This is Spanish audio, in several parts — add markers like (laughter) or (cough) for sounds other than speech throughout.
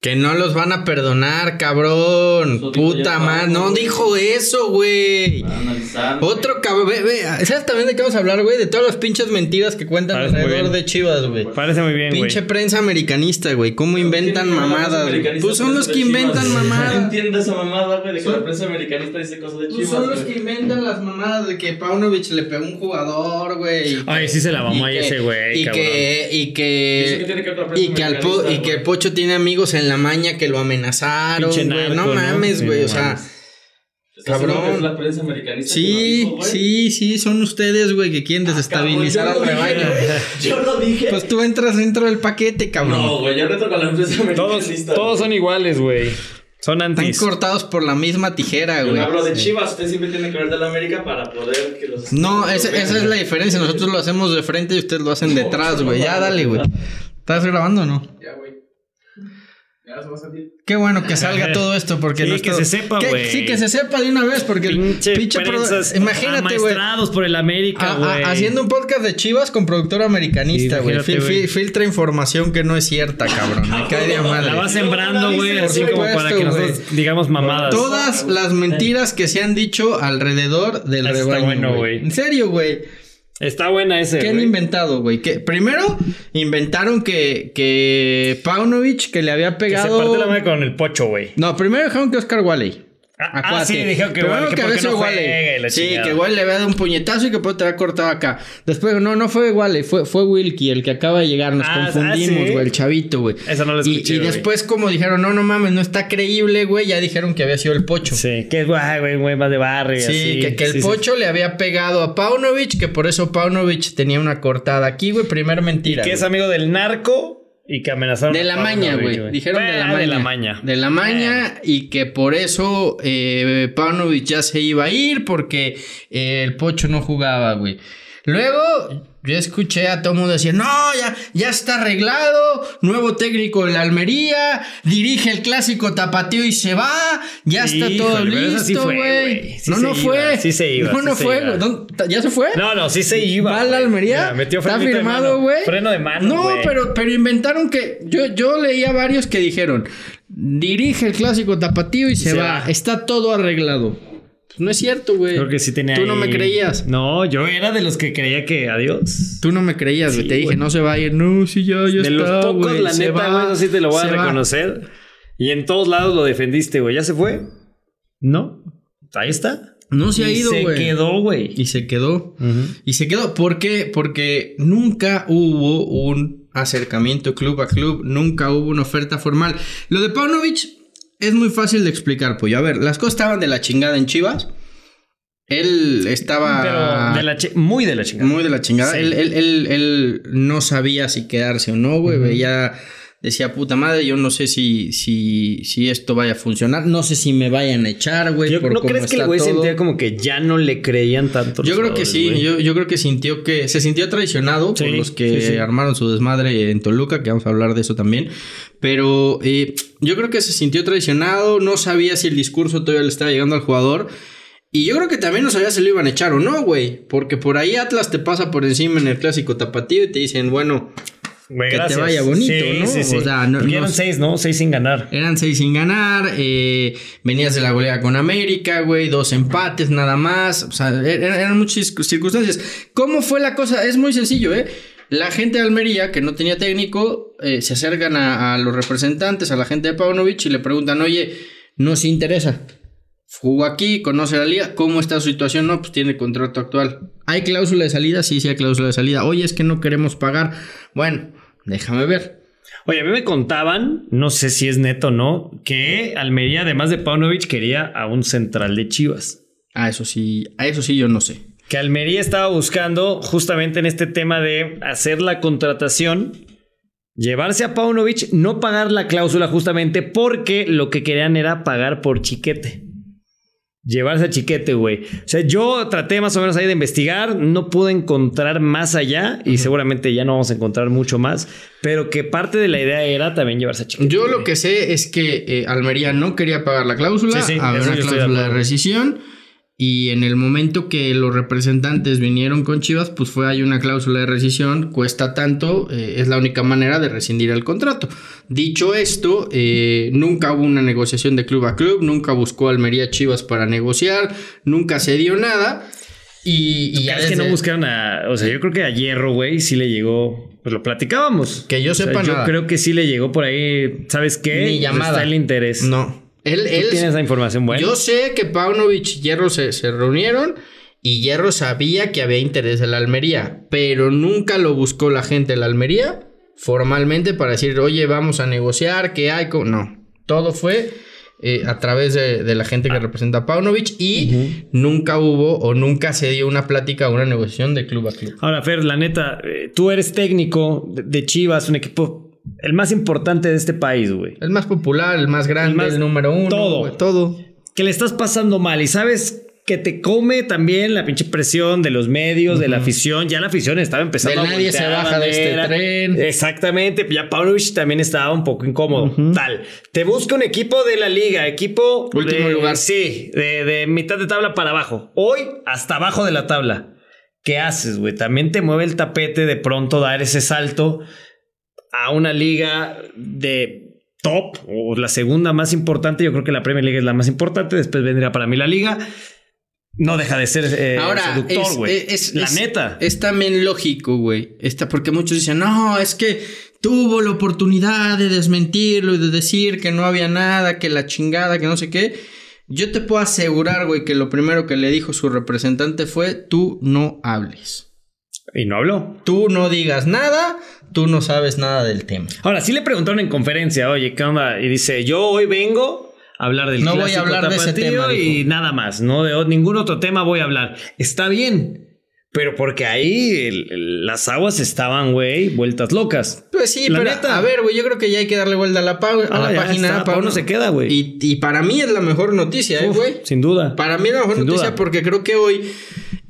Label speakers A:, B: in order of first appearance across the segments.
A: Que no los van a perdonar, cabrón.
B: Eso dijo Ah.
A: Puta
B: ya
A: madre.
B: Pablo,
A: No
B: güey.
A: dijo eso, güey.
B: Para analizar. güey.
A: Otro cabrón. Ve, ve, ¿Sabes también de qué vamos a hablar, güey? De todas las pinches mentiras que cuentan
C: Parece muy
A: alrededor de
C: bien.
A: Chivas, güey.
C: Parece muy bien, güey.
A: Pinche prensa americanista, güey. ¿Cómo inventan
B: ¿Quién habla más
A: mamadas? güey?
B: americanista
A: Pues son
B: que
A: los
B: de
A: que
B: Chivas,
A: inventan
B: güey? No
A: mamadas.
B: entiendo esa mamada, güey, de que
A: Son-
B: la prensa americanista dice cosas de
A: Pues
B: Chivas.
A: son los
B: güey.
A: que inventan las mamadas de que Paunovic le pegó un jugador, güey.
C: Ay, sí se la mamó
A: Y
C: ahí
A: que-
C: ese güey,
A: Y
C: cabrón.
A: que, y que.
B: ¿Y eso qué tiene que ver con la
A: y
B: prensa
A: que, al po-
B: americanista,
A: y que
B: güey?
A: Pocho tiene amigos en la maña que lo amenazaron,
C: Pinche
A: güey. No
C: narco, ¿no?
A: mames,
C: Sí,
A: güey.
C: no
A: o sea,
C: mames.
B: ¿Estás seguro
A: cabrón.
B: que es la prensa americanista que lo
A: sí,
B: dijo, güey? Ah,
A: sí, sí, son ustedes, güey, que quieren desestabilizar al
B: Cabrón, yo no dije-
A: rebaño.
B: Yo lo dije.
A: Pues tú entras dentro del paquete, cabrón.
B: no, güey, yo reto con la prensa
C: Todos,
B: americanista.
C: todos son iguales, güey. Son
A: Están
C: antis.
A: cortados por la misma tijera,
B: Yo
A: güey.
B: no hablo de Chivas, usted siempre tiene que ver de la América para poder que los.
A: No, esa, esa es la
B: diferencia.
A: diferencia. Nosotros lo hacemos de frente y ustedes lo hacen
B: No,
A: detrás,
B: no,
A: güey.
B: no,
A: Ya
B: no,
A: dale,
B: no.
A: güey. ¿Estás grabando o no?
B: Ya, güey. Ya se va a salir.
A: Qué bueno que
C: (laughs)
A: salga todo esto porque
C: Sí,
A: no está-
C: que se sepa,
A: Que-
C: güey.
A: Sí, que se sepa de una vez porque el
C: Pinche,
A: pro-
C: prensas
A: Imagínate, güey.
C: amaestrados por el
A: a-
C: América,
A: a-
C: güey.
A: haciendo un podcast de Chivas con productor americanista,
C: Sí,
A: güey.
C: imagínate,
A: Fil-
C: güey.
A: fil- filtra información que no es cierta, cabrón. Me cae de a madre.
C: (laughs) La va sembrando, güey,
B: Por
C: así como
A: supuesto,
C: para que nosotros digamos mamadas.
A: Todas las mentiras que se han dicho alrededor del
C: Eso está
A: rebaño.
C: bueno,
A: güey.
C: güey.
A: En serio, güey.
C: Está buena ese,
A: ¿Qué han
C: güey.
A: inventado, güey? Que primero inventaron que, que Paunovic que le había
C: Que se
A: pegado.
C: parte la madre con el pocho, güey.
A: No, primero dijeron que Oscar Wally.
C: Ah, ah, sí, dijeron que Wally, que por qué no juega y la
A: Sí,
C: chingada.
A: que Wally le había dado un puñetazo y que puede te había cortado acá. Después, no, no fue Wally, fue, fue Wilkie, el que acaba de llegar. Nos
C: Ah, ah,
A: confundimos,
C: ¿sí?
A: güey, el chavito, güey.
C: Esa no la
A: Y-
C: escuché,
A: Y,
C: güey.
A: después, como dijeron, no, no mames, no está creíble, güey, ya dijeron que había sido el pocho. Sí.
C: Sí, que es guay, güey, güey, más de barrio. y así.
A: que, que el
C: Sí, sí,
A: pocho le había pegado a Paunovic, que por eso Paunovic tenía una cortada aquí, güey. Primer mentira.
C: Que es
A: güey.
C: amigo del narco y que amenazaron.
A: de
C: a
A: la
C: Pablo,
A: maña, güey. Dijeron de la
C: Ah,
A: maña.
C: De la maña.
A: De la maña y que por eso eh, Paunovic ya se iba a ir porque eh, el Pocho no jugaba, güey. Luego yo escuché a todo mundo decir, no, ya, ya está arreglado, nuevo técnico de la Almería, dirige el clásico tapatío y se va, ya está
C: Híjole,
A: todo
C: pero eso sí
A: listo,
C: fue,
A: güey.
C: güey. Sí
A: no,
C: se
A: no
C: iba,
A: fue.
C: sí se iba,
A: No,
C: sí
A: no
C: se
A: fue.
C: iba.
A: ¿Dónde- ¿Ya se fue?
C: No, no, sí se iba.
A: Va a la
C: güey.
A: Almería.
C: Mira, metió
A: está
C: frenito de
A: firmado,
C: mano.
A: güey.
C: Freno de mano.
A: No,
C: güey.
A: pero, pero inventaron que. Yo, yo leía varios que dijeron: dirige el clásico tapatío y se,
C: se
A: va.
C: va.
A: Está todo arreglado. Pues no es cierto, güey.
C: Creo que sí tenía.
A: Tú no
C: ahí-
A: me creías.
C: No, yo era de los que creía que adiós.
A: Tú no me creías, güey.
C: Sí,
A: te dije,
C: güey.
A: no se va a ir. No, sí, ya, ya está.
C: de los pocos,
A: güey,
C: la
A: se
C: neta,
A: va,
C: güey, eso sí te lo voy a
A: se va.
C: reconocer. Y en todos lados lo defendiste, güey. ¿Ya se fue? No. Ahí está.
A: No se ha
C: Y
A: ido,
C: Se
A: güey.
C: quedó, güey.
A: Y se quedó. Y se quedó. ¿Por qué? Porque nunca hubo un acercamiento club a club, nunca hubo una oferta formal. Lo de Paunovic es muy fácil de explicar, pues. A ver, las cosas estaban de la chingada en Chivas. Él estaba
C: Pero de la chi- muy de la chingada.
A: muy de la chingada.
C: Sí.
A: Él, él- él- él no sabía si quedarse o no, güey. Veía, decía, puta madre, yo no sé si, si, si esto vaya a funcionar. No sé si me vayan a echar, güey.
C: Yo-
A: por
C: ¿No
A: cómo
C: crees que el
A: está
C: güey
A: todo".
C: sentía como que ya no le creían tanto? los
A: Yo creo que
C: jugadores,
A: sí,
C: güey?
A: yo, yo creo que sintió que se sintió traicionado
C: Sí,
A: por los que
C: sí, sí.
A: armaron su desmadre en Toluca, que vamos a hablar de eso también, pero eh, yo creo que se sintió traicionado, no sabía si el discurso todavía le estaba llegando al jugador. Y yo creo que también no sabía si lo iban a echar o no, güey. Porque por ahí Atlas te pasa por encima en el clásico tapatío y te dicen, bueno,
C: Güey,
A: que te
C: gracias.
A: vaya bonito, ¿no? O sea, no-
C: Porque
A: no-
C: eran seis, ¿no? Seis sin ganar.
A: Eran seis sin ganar, eh, venías de la goleada con América, güey, dos empates nada más, o sea, er- eran, muchas circunstancias. ¿Cómo fue la cosa? Es muy sencillo, ¿eh? La gente de Almería, que no tenía técnico, eh, se acercan a, a los representantes, a la gente de Paunovic y le preguntan, oye, nos interesa. Jugó aquí, conoce la liga, ¿cómo está su situación? No, pues tiene contrato actual. ¿Hay cláusula de salida? Sí, sí hay cláusula de salida. Oye, es que no queremos pagar. Bueno, déjame ver.
C: Oye, a mí me contaban, no sé si es neto o no, que Almería, además de Paunovic, quería a un central de Chivas.
A: A "Ah, eso sí, a eso sí yo no sé.
C: Que Almería estaba buscando justamente en este tema de hacer la contratación, llevarse a Paunovic, no pagar la cláusula justamente porque lo que querían era pagar por chiquete. Llevarse a Chiquete, güey. O sea, yo traté más o menos ahí de investigar, no pude encontrar más allá y seguramente ya no vamos a encontrar mucho más, pero que parte de la idea era también llevarse a Chiquete.
A: Yo lo
C: güey.
A: que sé es que eh, Almería no quería pagar la cláusula,
C: Sí, sí,
A: había
C: eso
A: una
C: yo estoy de
A: cláusula de
C: acuerdo.
A: rescisión y en el momento que los representantes vinieron con Chivas, pues fue hay una cláusula de rescisión, cuesta tanto, eh, es la única manera de rescindir el contrato. Dicho esto, eh, nunca hubo una negociación de club a club, nunca buscó Almería Chivas para negociar, nunca se dio nada y, y ya
C: es que
A: desde-
C: no buscaron a. O sea, yo creo que a Hierro, güey, sí le llegó. Pues lo platicábamos.
A: Que yo
C: O sea,
A: sepa
C: yo
A: nada.
C: creo que sí le llegó por ahí. ¿Sabes qué?
A: Ni
C: Pues
A: llamada.
C: Está el interés.
A: no. Él,
C: ¿Tú
A: él
C: tienes la información buena?
A: Yo sé que Paunovic y Hierro se, se reunieron y Hierro sabía que había interés en la Almería, pero nunca lo buscó la gente de la Almería formalmente para decir, oye, vamos a negociar, que hay? co-". No, todo fue eh, a través de, de la gente
C: Ah.
A: que representa a Paunovic y nunca hubo o nunca se dio una plática o una negociación de club a club.
C: Ahora, Fer, la neta, eh, tú eres técnico de, de Chivas, un equipo el más importante de este país, güey.
A: El más popular, el más grande, el,
C: más-
A: número uno.
C: todo.
A: güey, todo.
C: Que le estás pasando mal y sabes que te come también la pinche presión de los medios, de la afición. Ya la afición estaba empezando
A: De
C: a
A: nadie
C: voltear
A: se
C: la
A: baja de este
C: bandera.
A: tren.
C: Exactamente. Ya Pavlovich también estaba un poco incómodo. Tal. Te busca un equipo de la liga, equipo.
A: Último
C: de-
A: lugar.
C: Sí, de, de mitad de tabla para abajo. Hoy, hasta abajo de la tabla. ¿Qué haces, güey? También te mueve el tapete de pronto dar ese salto a una liga de top o la segunda más importante. Yo creo que la Premier League es la más importante. Después vendría para mí la liga. No deja de ser eh,
A: Ahora,
C: seductor,
A: es-
C: güey.
A: es- es-
C: la
A: es-
C: neta.
A: Es también lógico, güey. Está porque muchos dicen, no, es que tuvo la oportunidad de desmentirlo y de decir que no había nada, que la chingada, que no sé qué. Yo te puedo asegurar, güey, que lo primero que le dijo su representante fue, tú no hables.
C: Y no habló.
A: Tú no digas nada, tú no sabes nada del tema.
C: Ahora, sí le preguntaron en conferencia, oye, ¿qué onda? Y dice, yo hoy vengo a hablar del
A: No voy a
C: clásico
A: hablar de ese
C: tapatío
A: tema,
C: y
A: dijo.
C: nada más, no de o- ningún otro tema voy a hablar. Está bien, pero porque ahí el- el- las aguas estaban, güey, vueltas locas.
A: Pues sí,
C: La
A: pero
C: neta.
A: a ver, güey, yo creo que ya hay que darle vuelta a la, pa- a
C: Ah,
A: la
C: ya
A: página.
C: está,
A: pa-
C: Pau no se queda, güey.
A: Y, y para mí es la mejor noticia, ¿eh,
C: Uf,
A: güey.
C: sin duda.
A: Para mí la mejor
C: Sin
A: noticia
C: duda.
A: porque creo que hoy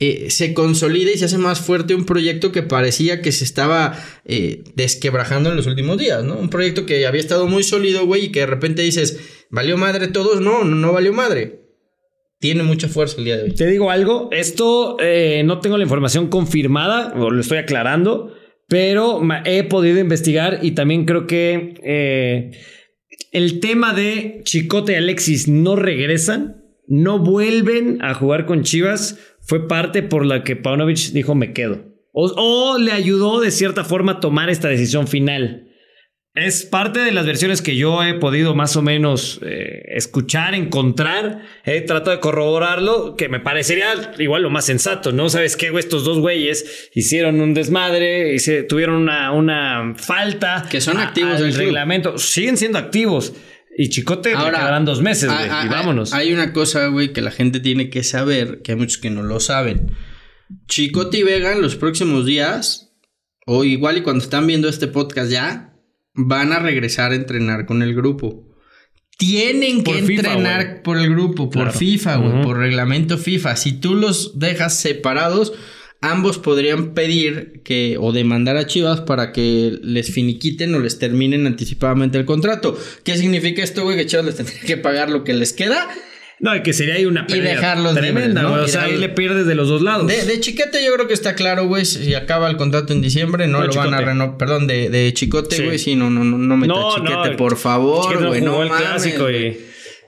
A: eh, se consolida y se hace más fuerte un proyecto que parecía que se estaba eh, desquebrajando en los últimos días, ¿no? Un proyecto que había estado muy sólido, güey, y que de repente dices, ¿valió madre todos? No, no, no valió madre. Tiene mucha fuerza el día de hoy.
C: Te digo algo, esto eh, no tengo la información confirmada, o lo estoy aclarando, pero ma- he podido investigar y también creo que eh, el tema de Chicote y Alexis no regresan, no vuelven a jugar con Chivas, fue parte por la que Paunovic dijo me quedo. O, o le ayudó de cierta forma a tomar esta decisión final. Es parte de las versiones que yo he podido más o menos eh, escuchar, encontrar. He tratado de corroborarlo, que me parecería igual lo más sensato, ¿no? ¿Sabes qué, güey? Estos dos güeyes hicieron un desmadre, y se tuvieron una, una falta.
A: Que son
C: a-
A: activos
C: al
A: del club.
C: reglamento. Siguen siendo activos. Y Chicote le
A: Ahora,
C: quedarán dos meses, güey.
A: Ah, ah,
C: Y vámonos.
A: Hay una cosa, güey, que la gente tiene que saber, que hay muchos que no lo saben. Chicote y Vega en los próximos días, o igual y cuando están viendo este podcast ya, van a regresar a entrenar con el grupo. Tienen
C: Por
A: que
C: FIFA,
A: entrenar
C: güey.
A: por el grupo, por
C: Claro.
A: FIFA, güey,
C: Ujú.
A: por reglamento FIFA. Si tú los dejas separados, ambos podrían pedir que o demandar a Chivas para que les finiquiten o les terminen anticipadamente el contrato. ¿Qué significa esto, güey? Que Chivas les tendría que pagar lo que les queda.
C: no, y que sería ahí una
A: Y
C: pérdida
A: dejarlos libres,
C: tremenda,
A: ¿no?
C: güey. O
A: Y
C: sea, ahí
A: dejarlos-
C: le pierdes de los dos lados.
A: De, de Chiquete yo creo que está claro, güey. Si acaba el contrato en diciembre, no,
C: No,
A: lo van a
C: Chicote.
A: renovar. Perdón, de, de Chicote,
C: Sí.
A: güey. Sí. no, no, no, no meta
C: No,
A: Chiquete,
C: no,
A: por favor,
C: Chiquete no
A: güey.
C: jugó
A: No,
C: el
A: mames,
C: clásico
A: güey.
C: y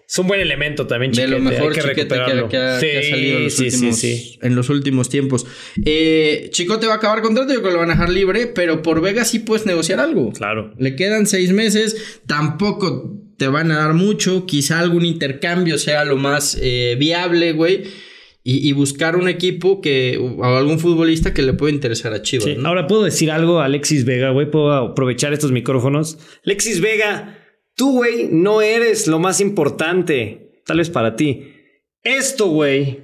C: es un buen elemento también,
A: de
C: Chiquete.
A: lo
C: Hay
A: mejor
C: que
A: Chiquete que,
C: recuperarlo.
A: que ha, que ha
C: Sí,
A: salido en los,
C: sí, sí,
A: últimos,
C: sí.
A: en los últimos tiempos. Eh, Chicote va a acabar contrato, yo creo que lo van a dejar libre, pero por Vega sí puedes negociar algo.
C: Claro.
A: Le quedan seis meses, tampoco te van a dar mucho, quizá algún intercambio sea lo más eh, viable, güey. Y, y buscar un equipo que o algún futbolista que le pueda interesar a Chivas.
C: Sí,
A: ¿no?
C: Ahora puedo decir algo a Alexis Vega, güey. Puedo aprovechar estos micrófonos. Alexis Vega, tú, güey, no eres lo más importante. Tal vez para ti. Esto, güey,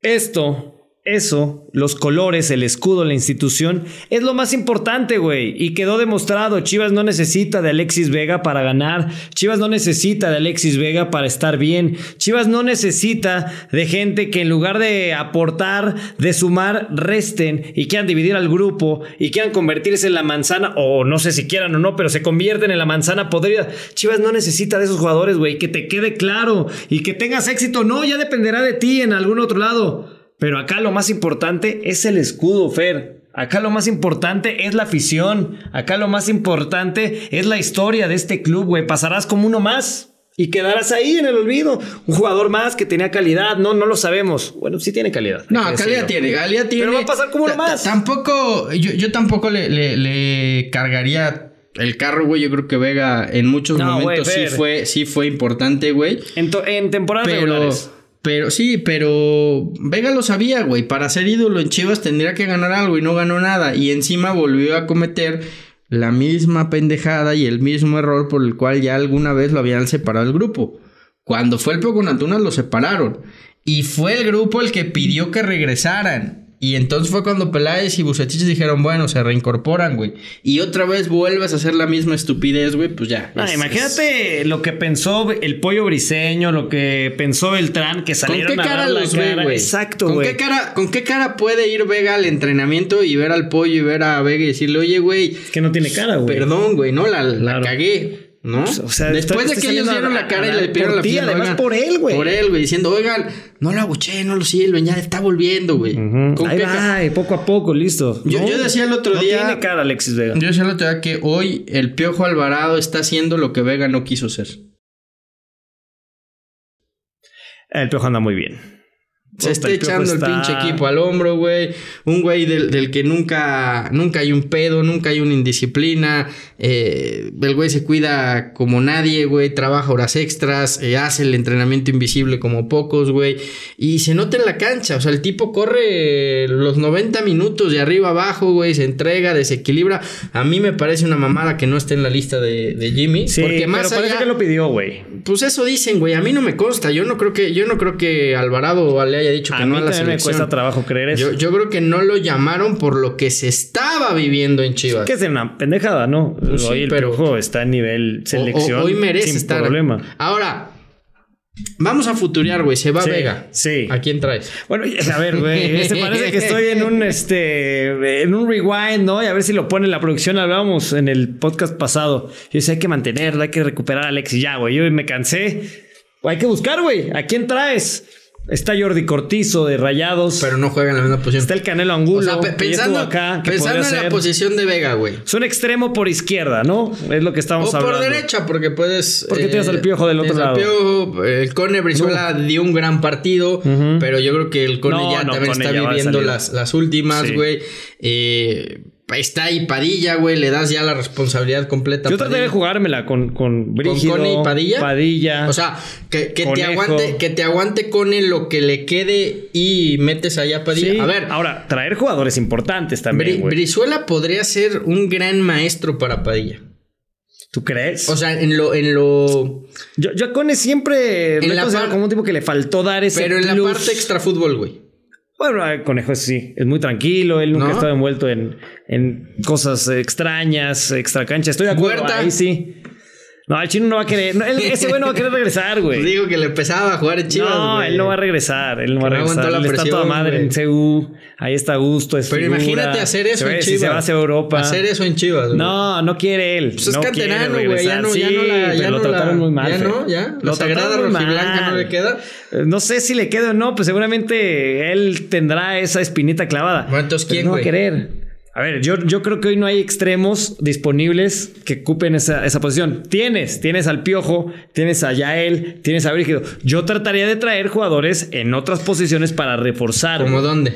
C: esto eso, los colores, el escudo, la institución, es lo más importante, güey. Y quedó demostrado, Chivas no necesita de Alexis Vega para ganar, Chivas no necesita de Alexis Vega para estar bien, Chivas no necesita de gente que en lugar de aportar, de sumar, resten y quieran dividir al grupo y quieran convertirse en la manzana, o no sé si quieran o no, pero se convierten en la manzana podrida. Chivas no necesita de esos jugadores, güey, que te quede claro y que tengas éxito. No, ya dependerá de ti en algún otro lado. Pero acá lo más importante es el escudo, Fer. Acá lo más importante es la afición. Acá lo más importante es la historia de este club, güey. Pasarás como uno más y quedarás ahí en el olvido. Un jugador más que tenía calidad. No, no lo sabemos. Bueno, sí tiene calidad.
A: No,
C: hay que
A: calidad
C: decirlo.
A: tiene, calidad tiene.
C: va a pasar como uno
A: Ta-
C: más.
A: ta- Tampoco, yo, yo tampoco le, le- le cargaría el carro, güey. Yo creo que Vega en muchos
C: No, güey,
A: momentos sí
C: Fer.
A: fue, sí fue importante, güey.
C: En, to- en temporadas
A: Pero,
C: regulares.
A: pero sí, pero Vega lo sabía, güey. Para ser ídolo en Chivas tendría que ganar algo y no ganó nada. Y encima volvió a cometer la misma pendejada y el mismo error por el cual ya alguna vez lo habían separado el grupo. Cuando fue el pro con Antuna lo separaron. Y fue el grupo el que pidió que regresaran. Y entonces fue cuando Peláez y Bucetich dijeron, bueno, se reincorporan, güey. Y otra vez vuelves a hacer la misma estupidez, güey, pues ya.
C: No,
A: Es- es-
C: imagínate lo que pensó el pollo briseño, lo que pensó Beltrán, que
A: ¿Con
C: salieron
A: qué
C: a
A: cara
C: dar la
A: los ve,
C: cara.
A: güey?
C: Exacto,
A: ¿Con
C: güey.
A: qué cara, ¿Con qué cara puede ir Vega al entrenamiento y ver al pollo y ver a Vega y decirle, oye, güey,
C: Que no tiene cara, güey.
A: perdón, güey, no, la, la
C: Claro.
A: cagué, ¿no?
C: Pues, o sea,
A: Después
C: está-
A: de
C: está
A: que ellos
C: saliendo
A: dieron
C: a-
A: la cara
C: a
A: y le
C: dar
A: pidieron
C: por
A: la
C: ti,
A: pierna.
C: además
A: oigan,
C: por él, güey.
A: Por él, güey, diciendo, oigan, no lo abuché, no lo sirven, ya está volviendo, güey.
C: Ujú.
A: ¿Con
C: Ahí
A: qué
C: va,
A: ca-
C: y poco a poco, listo.
A: Yo- yo decía el otro día-
C: No tiene cara Alexis Vega.
A: Yo solo te digo que hoy el Piojo Alvarado está haciendo lo que Vega no quiso ser.
C: El Piojo anda muy bien.
A: Se está
C: Puta, Piojo
A: echando el
C: está-
A: pinche equipo al hombro, güey. Un güey del, del que nunca, nunca hay un pedo, nunca hay una indisciplina. Eh, el güey se cuida como nadie, güey. Trabaja horas extras, eh, hace el entrenamiento invisible como pocos, güey. Y se nota en la cancha. O sea, el tipo corre los 90 minutos de arriba abajo, güey. Se entrega, desequilibra. A mí me parece una mamada que no esté en la lista de, de Jimmy.
C: Sí,
A: porque más
C: pero parece
A: allá-
C: que lo pidió, güey.
A: pues eso dicen, güey. A mí no me consta. Yo no creo que, yo no creo que Alvarado le haya dicho que
C: A mí
A: no a la
C: también me
A: selección.
C: cuesta trabajo creer eso.
A: yo, yo creo que no lo llamaron por lo que se estaba viviendo en Chivas.
C: Que es una pendejada, ¿no?
A: Pues sí,
C: hoy el
A: pero-
C: Piojo está a nivel
A: O- o-
C: selección.
A: hoy merece
C: sin
A: estar.
C: problema.
A: Ahora, vamos a futurear, güey. Se va
C: Sí,
A: Vega.
C: sí.
A: ¿A quién traes?
C: Bueno, y- a ver, güey, este parece que estoy en un este en un rewind, ¿no? Y a ver si lo pone la producción, hablábamos en el podcast pasado. Yo decía, hay que mantenerlo, hay que recuperar a Alex y ya, güey. Yo me cansé. Hay que buscar, güey. ¿A quién traes? Está Jordi Cortizo de Rayados.
A: Pero no juega en la misma posición.
C: está el Canelo
A: O
C: Angulo.
A: sea, pe-
C: que ya estuvo
A: pensando,
C: acá, que
A: pensando
C: podría
A: en la
C: ser.
A: posición de Vega, güey.
C: Es un extremo por izquierda, ¿no? Es lo que
A: O
C: estamos
A: por
C: hablando.
A: derecha, porque puedes. eh,
C: Porque tienes al Piojo del otro
A: tienes al Piojo, eh, el Cone Brizuela dio un gran partido,
C: Ujú.
A: pero yo creo que el Cone
C: No,
A: ya
C: no,
A: también
C: Cone
A: está
C: ya va de
A: viviendo
C: salida.
A: las, las últimas,
C: Sí.
A: güey. Eh, está ahí Padilla, güey. Le das ya la responsabilidad completa. a
C: Yo traté de
A: Padilla.
C: jugármela con, con Brígido.
A: Cone y Padilla?
C: Padilla.
A: O sea, que, que te
C: Conejo.
A: aguante, que te aguante Cone lo que le quede y metes allá a Padilla.
C: Sí.
A: a ver,
C: Ahora, traer jugadores importantes
A: Bri-
C: también, güey.
A: Brizuela podría ser un gran maestro para Padilla.
C: ¿Tú crees?
A: O sea, en lo, en lo.
C: yo, yo a Cone siempre
A: En
C: lo he
A: la
C: considerado
A: par-
C: como un tipo que le faltó dar ese
A: Pero en la
C: plus.
A: parte extrafútbol, güey.
C: Bueno, a Conejo sí, es muy tranquilo. Él nunca
A: ¿No?
C: ha estado envuelto en, en cosas extrañas, extracancha. Estoy de acuerdo,
A: Huerta.
C: ahí sí. No, el chino no va a querer... no, él- ese güey no va a querer regresar,
A: Pues
C: güey.
A: Digo que le pesaba jugar en Chivas.
C: no,
A: güey.
C: él no va a regresar. Él no va a
A: Que no aguantó
C: regresar.
A: la
C: Él está
A: presión,
C: toda madre
A: güey.
C: en CU. Ahí está a gusto. es
A: Pero
C: figura.
A: imagínate hacer eso
C: Se va-
A: en
C: si
A: Chivas.
C: se va hacia Europa.
A: Hacer eso en Chivas. güey.
C: No, no quiere él.
A: Pues es
C: no quiere
A: canterano, güey. Ya
C: regresar.
A: no, ya
C: Sí,
A: no la. Ya
C: pero lo
A: no la-
C: trataron muy mal.
A: Ya
C: Fer.
A: no, ya. La
C: Lo
A: sagrada
C: trataron muy
A: rojiblanca no
C: mal.
A: le queda.
C: Eh, No sé si le queda o no, pues seguramente él tendrá esa espinita clavada.
A: Bueno, entonces,
C: Pero
A: ¿quién,
C: no va a
A: güey?
C: querer. A ver, yo, yo creo que hoy no hay extremos disponibles que ocupen esa, esa posición. Tienes, tienes al Piojo, tienes a Yael, tienes a Brígido. Yo trataría de traer jugadores en otras posiciones para reforzar
A: ¿Como dónde?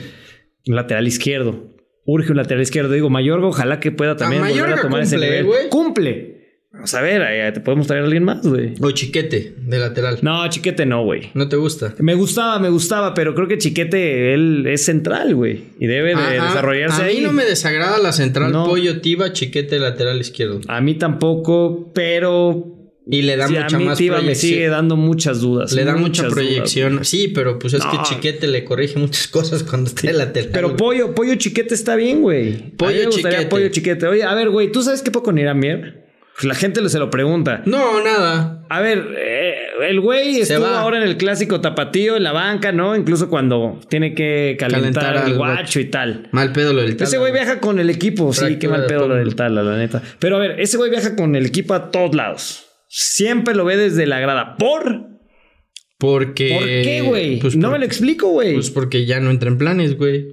C: un lateral izquierdo. Urge un lateral izquierdo. Digo, Mayorga, ojalá que pueda también volver
A: Mayorga
C: a tomar ese
A: cumple,
C: nivel.
A: güey.
C: Cumple. Vamos a ver, eh, te podemos traer a alguien más, güey.
A: O Chiquete, de lateral. No,
C: No, Chiquete no, güey.
A: te gusta.
C: Me gustaba, me gustaba, pero creo que Chiquete, él es central, güey. Y debe de
A: A- a-
C: desarrollarse
A: Ah, a,
C: ahí.
A: mí no me desagrada la central
C: No.
A: Pollo Tiba, Chiquete, lateral izquierdo.
C: A mí tampoco, pero
A: Y le da
C: Sí,
A: mucha
C: a mí
A: más
C: Tiva me
A: proyección.
C: sigue dando muchas dudas.
A: Le da
C: muchas
A: mucha
C: dudas.
A: proyección. Sí, pero pues es que
C: No.
A: Chiquete le corrige muchas (laughs) cosas cuando está en la tele.
C: Pero pollo, pollo chiquete está bien, güey.
A: Pollo
C: A mí me gustaría
A: chiquete.
C: Pollo chiquete. Oye, a ver, güey, ¿tú sabes qué puedo con Iramier? La gente le- se lo pregunta.
A: No, nada.
C: A ver, eh, el güey
A: Se
C: estuvo
A: va.
C: ahora en el clásico tapatío en la banca, ¿no? Incluso cuando tiene que calentar,
A: Calentar
C: al
A: al
C: guacho y tal.
A: Mal pedo lo del
C: Ese
A: Tala,
C: güey viaja con el equipo, sí,
A: Fractura
C: qué mal
A: de
C: pedo lo
A: pómulo.
C: del Tala, la neta. Pero a ver, ese güey viaja con el equipo a todos lados. Siempre lo ve desde la grada. ¿Por?
A: Porque.
C: ¿Por qué, güey?
A: Pues,
C: no
A: por-
C: me lo explico, güey.
A: pues porque ya no entra en planes, güey.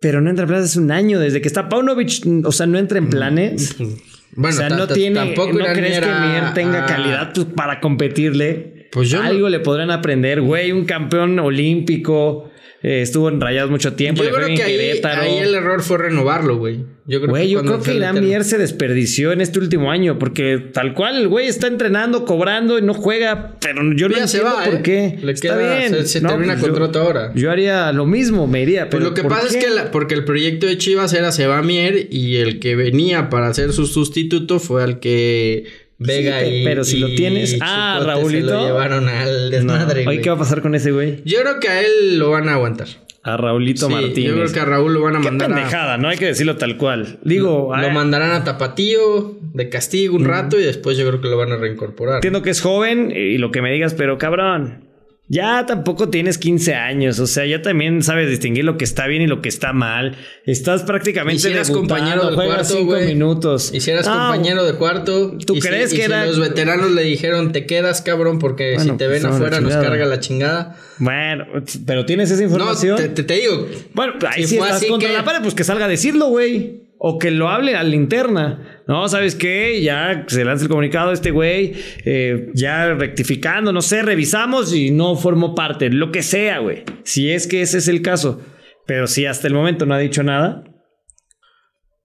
C: Pero no entra en planes hace un año. Desde que está Paunovic, o sea, no
A: Mm,
C: entra en planes.
A: Pues, Bueno,
C: o sea,
A: ta-
C: no
A: ta-
C: tiene.
A: tampoco
C: ¿No
A: Irán
C: crees que
A: era-
C: Mier tenga
A: ah,
C: calidad pues, para competirle?
A: Pues yo no-
C: Algo le podrán aprender, güey. Un campeón olímpico. eh, estuvo en rayados mucho tiempo.
A: Yo
C: le fue
A: creo
C: bien
A: que
C: en
A: ahí,
C: Querétaro.
A: ahí el error fue renovarlo, güey. Yo creo
C: Güey,
A: que
C: yo
A: cuando
C: creo que
A: fue Pues
C: Irán
A: al Tala-
C: Mier se desperdició en este último año. Porque tal cual, el güey está entrenando, cobrando y no juega. Pero yo no
A: Ya se
C: entiendo
A: va,
C: por
A: ¿eh?
C: qué.
A: Le
C: está
A: queda-
C: bien.
A: se- se
C: No,
A: termina
C: pues, yo-
A: contrato ahora.
C: Yo haría lo mismo, me iría.
A: Pues
C: pero
A: lo que
C: ¿por
A: pasa
C: qué?
A: es que la- porque el proyecto de Chivas era se va Mier y el que venía para ser su sustituto fue al que Vega
C: Sí, pe-
A: y
C: pero si lo
A: y
C: tienes- Ah,
A: Chicote se
C: Raulito.
A: lo llevaron al
C: No.
A: desmadre,
C: Oye,
A: güey.
C: ¿qué va a pasar con ese güey?
A: Yo creo que a él lo van a aguantar.
C: A Raulito
A: Sí,
C: Martínez.
A: yo creo que a Raúl lo van a
C: Qué
A: mandar a-
C: pendejada, no hay que decirlo tal cual. Digo, ah,
A: lo mandarán a Tapatío de castigo un rato y después yo creo que lo van a reincorporar.
C: entiendo que es joven y lo que me digas, pero cabrón, ya tampoco tienes 15 años, o sea, ya también sabes distinguir lo que está bien y lo que está mal. Estás prácticamente
A: Y si eras
C: debutando,
A: compañero del
C: juegas
A: cuarto,
C: cinco
A: güey.
C: minutos. Ah,
A: Y si eras
C: No,
A: compañero de cuarto,
C: ¿Tú
A: y si-
C: crees
A: y
C: que
A: si
C: era-
A: los veteranos le dijeron te quedas cabrón porque
C: Bueno,
A: si te
C: pues,
A: ven
C: no, la
A: afuera nos
C: chingada.
A: carga la chingada.
C: Bueno, pero tienes esa
A: No,
C: información.
A: te, te- te digo,
C: Bueno, pues, ahí
A: Si
C: sí
A: fue
C: estás
A: así,
C: contra
A: ¿qué?
C: la pared, pues que salga a decirlo, güey. O que lo hable a la interna. No, ¿sabes qué? Ya se lanza el comunicado este güey, eh, ya rectificando, no sé, revisamos y no formó parte, lo que sea, güey. Si es que ese es el caso. Pero si hasta el momento no ha dicho nada,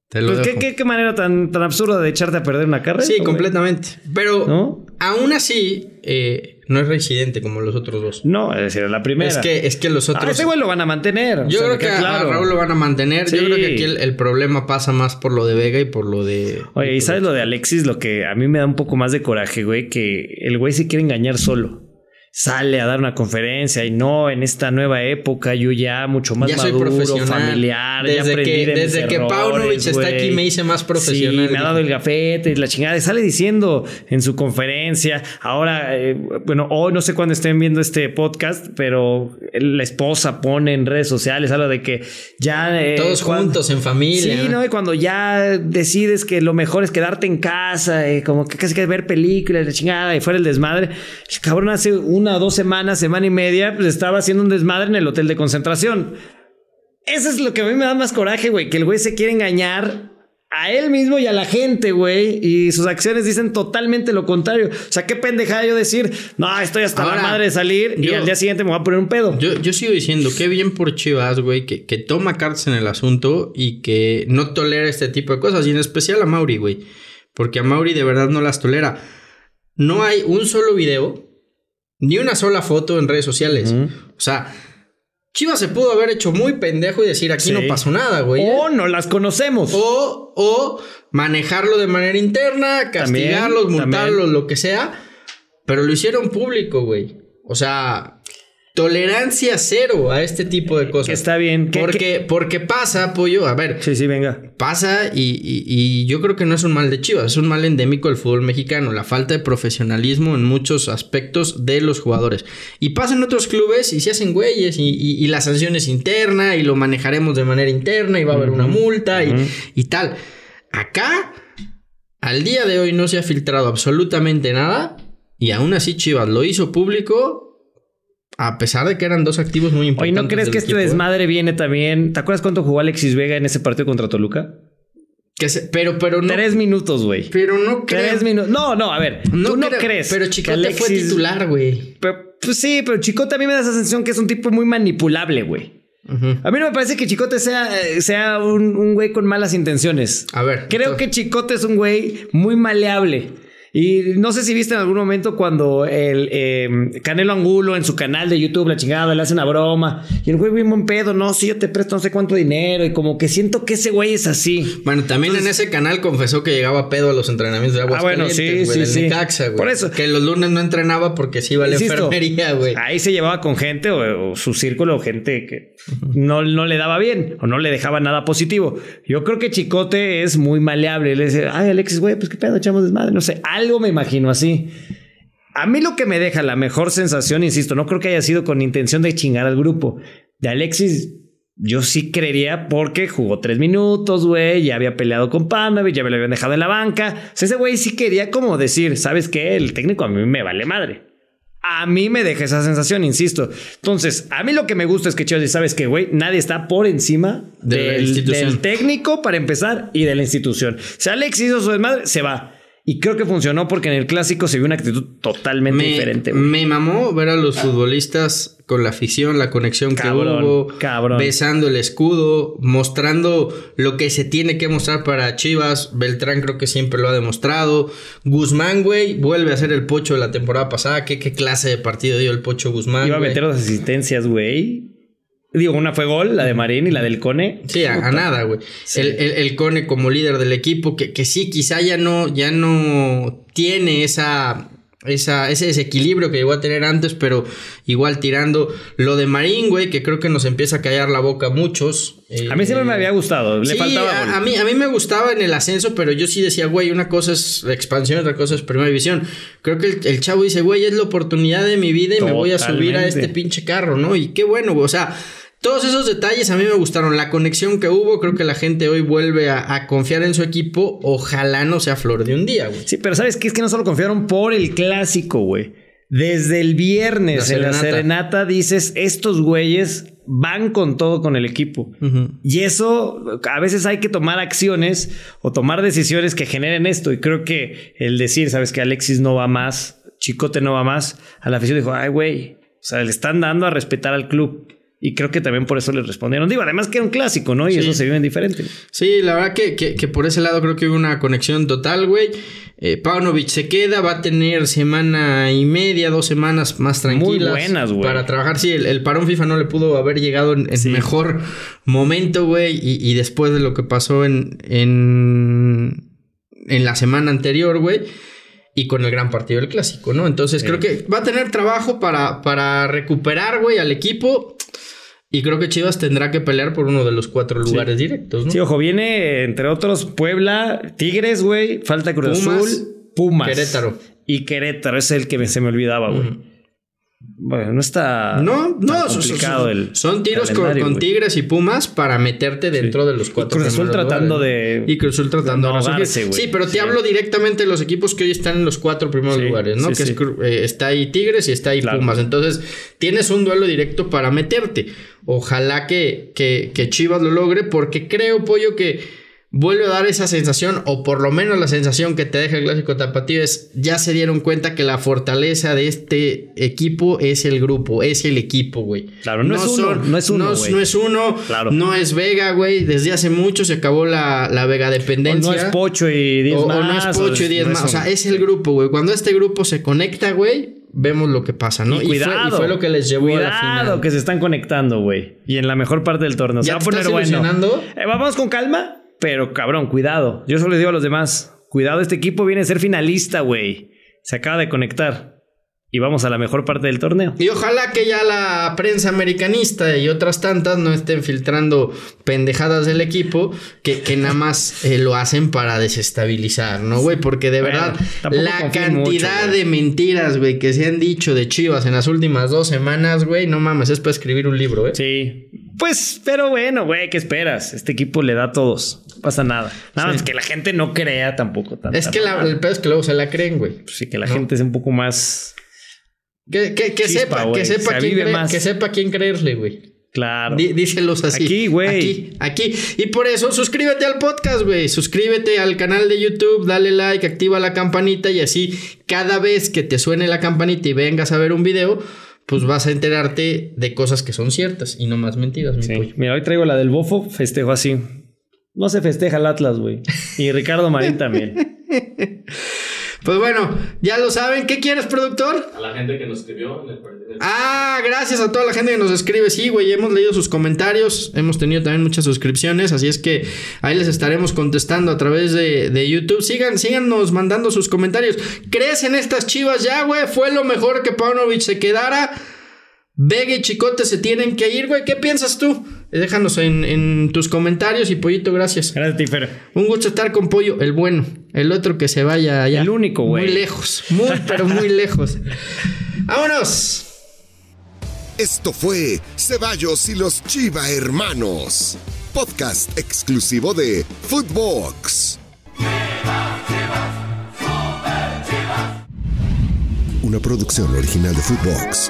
A: te lo
C: pues qué,
A: dejo.
C: qué- qué manera tan, tan absurda de echarte a perder una carrera.
A: Sí,
C: güey?
A: completamente. Pero
C: ¿No?
A: aún así, eh, no es residente como los otros dos.
C: No, es decir, la primera. Ah,
A: Es que, es que los
C: a
A: otros.
C: ese güey lo van a mantener. o
A: yo
C: sea, me
A: creo que
C: queda
A: a-
C: claro.
A: a Raúl lo van a mantener.
C: Sí.
A: Yo creo que aquí el, el problema pasa más por lo de Vega y por lo de.
C: Oye, ¿y sabes lo de Alexis? Lo que a mí me da un poco más de coraje, güey, que el güey se quiere engañar solo. Sale a dar una conferencia y no, en esta nueva época yo ya mucho más
A: ya soy
C: maduro,
A: profesional.
C: familiar, ya
A: desde
C: aprendí
A: que,
C: de mis
A: desde que
C: errores,
A: Paunovic está
C: güey.
A: aquí me hice más profesional.
C: Sí, me ha dado el gafete y la chingada. Y Sale diciendo en su conferencia, ahora, eh, bueno, hoy no sé cuándo estén viendo este podcast, pero la esposa pone en redes sociales algo de que ya... eh,
A: Todos
C: cuando-
A: juntos, en familia.
C: Sí, ¿no? Y cuando ya decides que lo mejor es quedarte en casa, eh, como que casi que ver películas, la chingada, y fuera el desmadre. El cabrón hace una o dos semanas, semana y media, pues estaba haciendo un desmadre en el hotel de concentración. Eso es lo que a mí me da más coraje, güey, que el güey se quiere engañar a él mismo y a la gente, güey, y sus acciones dicen totalmente lo contrario. O sea, qué pendejada yo decir, no, estoy hasta la
A: Ahora,
C: madre de salir y
A: yo-
C: al día siguiente me voy a poner un pedo.
A: Yo, yo sigo diciendo, qué bien por Chivas, güey, que, que toma cartas en el asunto y que no tolera este tipo de cosas, y en especial a Mauri, güey, porque a Mauri de verdad no las tolera. No hay un solo video, ni una sola foto en redes sociales. O sea, Chivas se pudo haber hecho muy pendejo y decir, aquí
C: Sí.
A: no pasó nada, güey. Oh,
C: o no las conocemos.
A: O, o manejarlo de manera interna, castigarlos,
C: También,
A: multarlos,
C: también.
A: lo que sea. Pero lo hicieron público, güey. O sea, tolerancia cero a este tipo de
C: que
A: cosas.
C: está bien. que-
A: porque,
C: que-
A: porque pasa, pollo, a ver,
C: Sí, sí, venga.
A: pasa y, y- y yo creo que no es un mal de Chivas, es un mal endémico del fútbol mexicano, la falta de profesionalismo en muchos aspectos de los jugadores. Y pasa en otros clubes y se hacen güeyes y, y- y la sanción es interna y lo manejaremos de manera interna y va a haber una multa y, y tal. Acá, al día de hoy no se ha filtrado absolutamente nada y aún así Chivas lo hizo público. A pesar de que eran dos activos muy
C: Oye,
A: importantes.
C: ¿no crees
A: del
C: que este
A: equipo, eh?
C: desmadre viene también? ¿Te acuerdas cuánto jugó Alexis Vega en ese partido contra Toluca?
A: Que se- pero, pero no.
C: Tres minutos, güey.
A: Pero no creo.
C: Tres minutos. No, no, a ver. tú no
A: creo,
C: crees.
A: Pero
C: que
A: Chicote fue
C: Alexis-
A: titular, güey.
C: Pero, pues sí, pero Chicote a mí me da esa sensación que es un tipo muy manipulable, güey. A mí no me parece que Chicote sea, eh, sea un un güey con malas intenciones.
A: A ver.
C: Creo que Chicote es un güey muy maleable. Y no sé si viste en algún momento cuando el eh, Canelo Angulo en su canal de YouTube, la chingada, le hace una broma. Y el güey bien buen pedo, no, si yo te presto no sé cuánto dinero. Y como que siento que ese güey es así.
A: Bueno, también en ese canal confesó que llegaba pedo a los entrenamientos de
C: Ah, bueno,
A: Aguascalientes,
C: sí,
A: güey,
C: sí,
A: del
C: sí.
A: Necaxa, güey.
C: Por eso.
A: Que los lunes no entrenaba porque sí iba a la
C: Insisto. Ah,
A: enfermería, güey.
C: Ahí se llevaba con gente o, o su círculo, gente que no, no le daba bien o no le dejaba nada positivo. Yo creo que Chicote es muy maleable. Le dice, ay, Alexis, güey, pues qué pedo, echamos desmadre. No sé, algo me imagino así. A mí lo que me deja la mejor sensación, insisto, no creo que haya sido con intención de chingar al grupo. De Alexis, yo sí creería porque jugó tres minutos, güey, ya había peleado con Pandavich, ya me lo habían dejado en la banca. O sea, ese güey sí quería como decir, ¿sabes qué? El técnico a mí me vale madre. A mí me deja esa sensación, insisto. Entonces, a mí lo que me gusta es que Chelsea, ¿sabes qué, güey? Nadie está por encima
A: De la
C: del,
A: institución.
C: del técnico para empezar y de la institución. Si Alex hizo su desmadre, se va. Y creo que funcionó porque en el clásico se vio una actitud totalmente
A: me,
C: diferente. güey.
A: me mamó ver a los futbolistas con la afición, la conexión
C: Cabrón,
A: que hubo,
C: cabrón.
A: besando el escudo, mostrando lo que se tiene que mostrar para Chivas. Beltrán creo que siempre lo ha demostrado. Guzmán, güey, vuelve a ser el pocho de la temporada pasada. ¿Qué, qué clase de partido dio el pocho Guzmán?
C: Iba a
A: güey?
C: meter dos asistencias, güey. Digo, una fue gol, la de Marín y la del Cone.
A: Sí, a, a nada, güey. El, el- el Cone como líder del equipo, que, que sí, quizá ya no, ya no tiene esa, esa, ese desequilibrio que llegó a tener antes, pero igual tirando lo de Marín, güey, que creo que nos empieza a callar la boca a muchos. Eh,
C: A mí siempre me había gustado. Le
A: sí,
C: faltaba gol.
A: a, a mí, a mí me gustaba en el ascenso, pero yo sí decía, güey, una cosa es expansión, otra cosa es primera división. Creo que el, el chavo dice, güey, es la oportunidad de mi vida y me voy a subir a
C: Totalmente.
A: este pinche carro, ¿no? Y qué bueno, güey. O sea, todos esos detalles a mí me gustaron. La conexión que hubo, creo que la gente hoy vuelve a, a confiar en su equipo. Ojalá no sea flor de un día, güey.
C: Sí, pero ¿sabes qué? Es que no solo confiaron por el clásico, güey. Desde el viernes
A: La
C: en la
A: serenata.
C: serenata dices, estos güeyes van con todo con el equipo. Y eso, a veces hay que tomar acciones o tomar decisiones que generen esto. Y creo que el decir, sabes que Alexis no va más, Chicote no va más, a la afición dijo, ay, güey, o sea, le están dando a respetar al club. Y creo que también por eso le respondieron. Digo, además que era un clásico, ¿no? Y
A: Sí.
C: eso se vive en diferente.
A: Sí, la verdad que, que- que por ese lado creo que hubo una conexión total, güey. Eh, Paunovic se queda, va a tener semana y media, dos semanas más tranquilas.
C: buenas, güey.
A: Para trabajar. Sí, el, el parón FIFA no le pudo haber llegado en, en mejor momento, güey. Y, y después de lo que pasó en, en, en la semana anterior, güey. Y con el gran partido del clásico, ¿no? Entonces creo que va a tener trabajo para, para recuperar, güey, al equipo. Y creo que Chivas tendrá que pelear por uno de los cuatro lugares directos, ¿no?
C: Sí, ojo, viene entre otros Puebla, Tigres, güey, falta Cruz
A: Pumas,
C: Azul, Pumas.
A: Querétaro.
C: Y Querétaro es el que me- se me olvidaba, güey. Bueno, no está.
A: No,
C: tan
A: no, son,
C: complicado
A: son-
C: el
A: son tiros con,
C: calendario,
A: con
C: güey.
A: Tigres y Pumas para meterte dentro de los cuatro.
C: Cruz Azul
A: primeros
C: tratando
A: lugares.
C: de-
A: Y Cruz Azul tratando
C: de
A: de resurgir.
C: ahogarse, güey.
A: Sí, pero te
C: Sí.
A: hablo directamente de los equipos que hoy están en los cuatro primeros
C: Sí,
A: lugares, ¿no?
C: sí,
A: que es
C: sí.
A: Cru- eh, está ahí Tigres y está ahí
C: Claro.
A: Pumas. Entonces, tienes un duelo directo para meterte. Ojalá que, que, que Chivas lo logre, porque creo, pollo, que. Vuelve a dar esa sensación, o por lo menos la sensación que te deja el clásico tapatío es, ya se dieron cuenta que la fortaleza de este equipo es el grupo, es el equipo, güey.
C: Claro, no es uno, no es uno,
A: No,
C: güey.
A: no es uno,
C: Claro.
A: no es Vega, güey. Desde hace mucho se acabó la, la Vega
C: O
A: dependencia.
C: No es Pocho y 10
A: O- o no
C: más.
A: es Pocho y 10
C: no
A: más. O sea,
C: uno.
A: es el grupo, güey. Cuando este grupo se conecta, güey, vemos lo que pasa, ¿no?
C: Y cuidado.
A: fue, y fue lo que les llevó a la final.
C: Cuidado que se están conectando, güey. Y en la mejor parte del torneo. Se
A: ¿Ya
C: va a
A: te
C: poner
A: estás
C: bueno.
A: ilusionando?
C: Eh, vamos con calma, pero cabrón, cuidado. Yo solo les digo a los demás: cuidado, este equipo viene a ser finalista, güey. Se acaba de conectar. Y vamos a la mejor parte del torneo.
A: Y ojalá que ya la prensa americanista y otras tantas no estén filtrando pendejadas del equipo que, que nada más eh, lo hacen para desestabilizar, ¿no, güey? Porque de
C: Bueno,
A: verdad,
C: tampoco
A: la
C: confío
A: cantidad
C: mucho, güey.
A: de mentiras, güey, que se han dicho de Chivas en las últimas dos semanas, güey, no mames, es para escribir un libro, ¿eh?
C: Sí. Pues, pero bueno, güey, ¿qué esperas? Este equipo le da a todos. No pasa nada. Nada más que la gente no crea tampoco tanto.
A: Es que la- el pedo es que luego se la creen, güey.
C: Sí, que la gente es un poco más.
A: Que, que- que
C: Chispa,
A: sepa,
C: güey,
A: que sepa,
C: se
A: quién
C: avive
A: cre-
C: más.
A: que sepa quién creerle, güey.
C: Claro.
A: Dí- Díselos así.
C: Aquí, güey.
A: Aquí, aquí. Y por eso, suscríbete al podcast, güey. Suscríbete al canal de YouTube, dale like, activa la campanita y así cada vez que te suene la campanita y vengas a ver un video, pues vas a enterarte de cosas que son ciertas y no más mentiras, mi
C: Sí.
A: pollo.
C: pues, Mira, hoy traigo la del bofo, festejo así. No se festeja el Atlas, güey. Y Ricardo Marín también.
A: Pues bueno, ya lo saben. ¿Qué quieres, productor?
B: A la gente que nos escribió en el partido.
A: Ah, gracias a toda la gente que nos escribe. Sí, güey, hemos leído sus comentarios. Hemos tenido también muchas suscripciones. Así es que ahí les estaremos contestando a través de, de YouTube. Sigan, síganos mandando sus comentarios. ¿Crees en estas chivas ya, güey? Fue lo mejor que Paunovic se quedara. Vega y Chicote se tienen que ir, güey. ¿Qué piensas tú? Eh, Déjanos en, en tus comentarios y Pollito, gracias.
C: Gracias, Tifero.
A: Un gusto estar con Pollo, el bueno. El otro que se vaya allá.
C: El único, güey.
A: Muy lejos. Muy, pero muy
C: (laughs)
A: lejos. ¡Vámonos!
D: Esto fue Ceballos y los Chiva Hermanos, podcast exclusivo de Footbox. Una producción original de Footbox.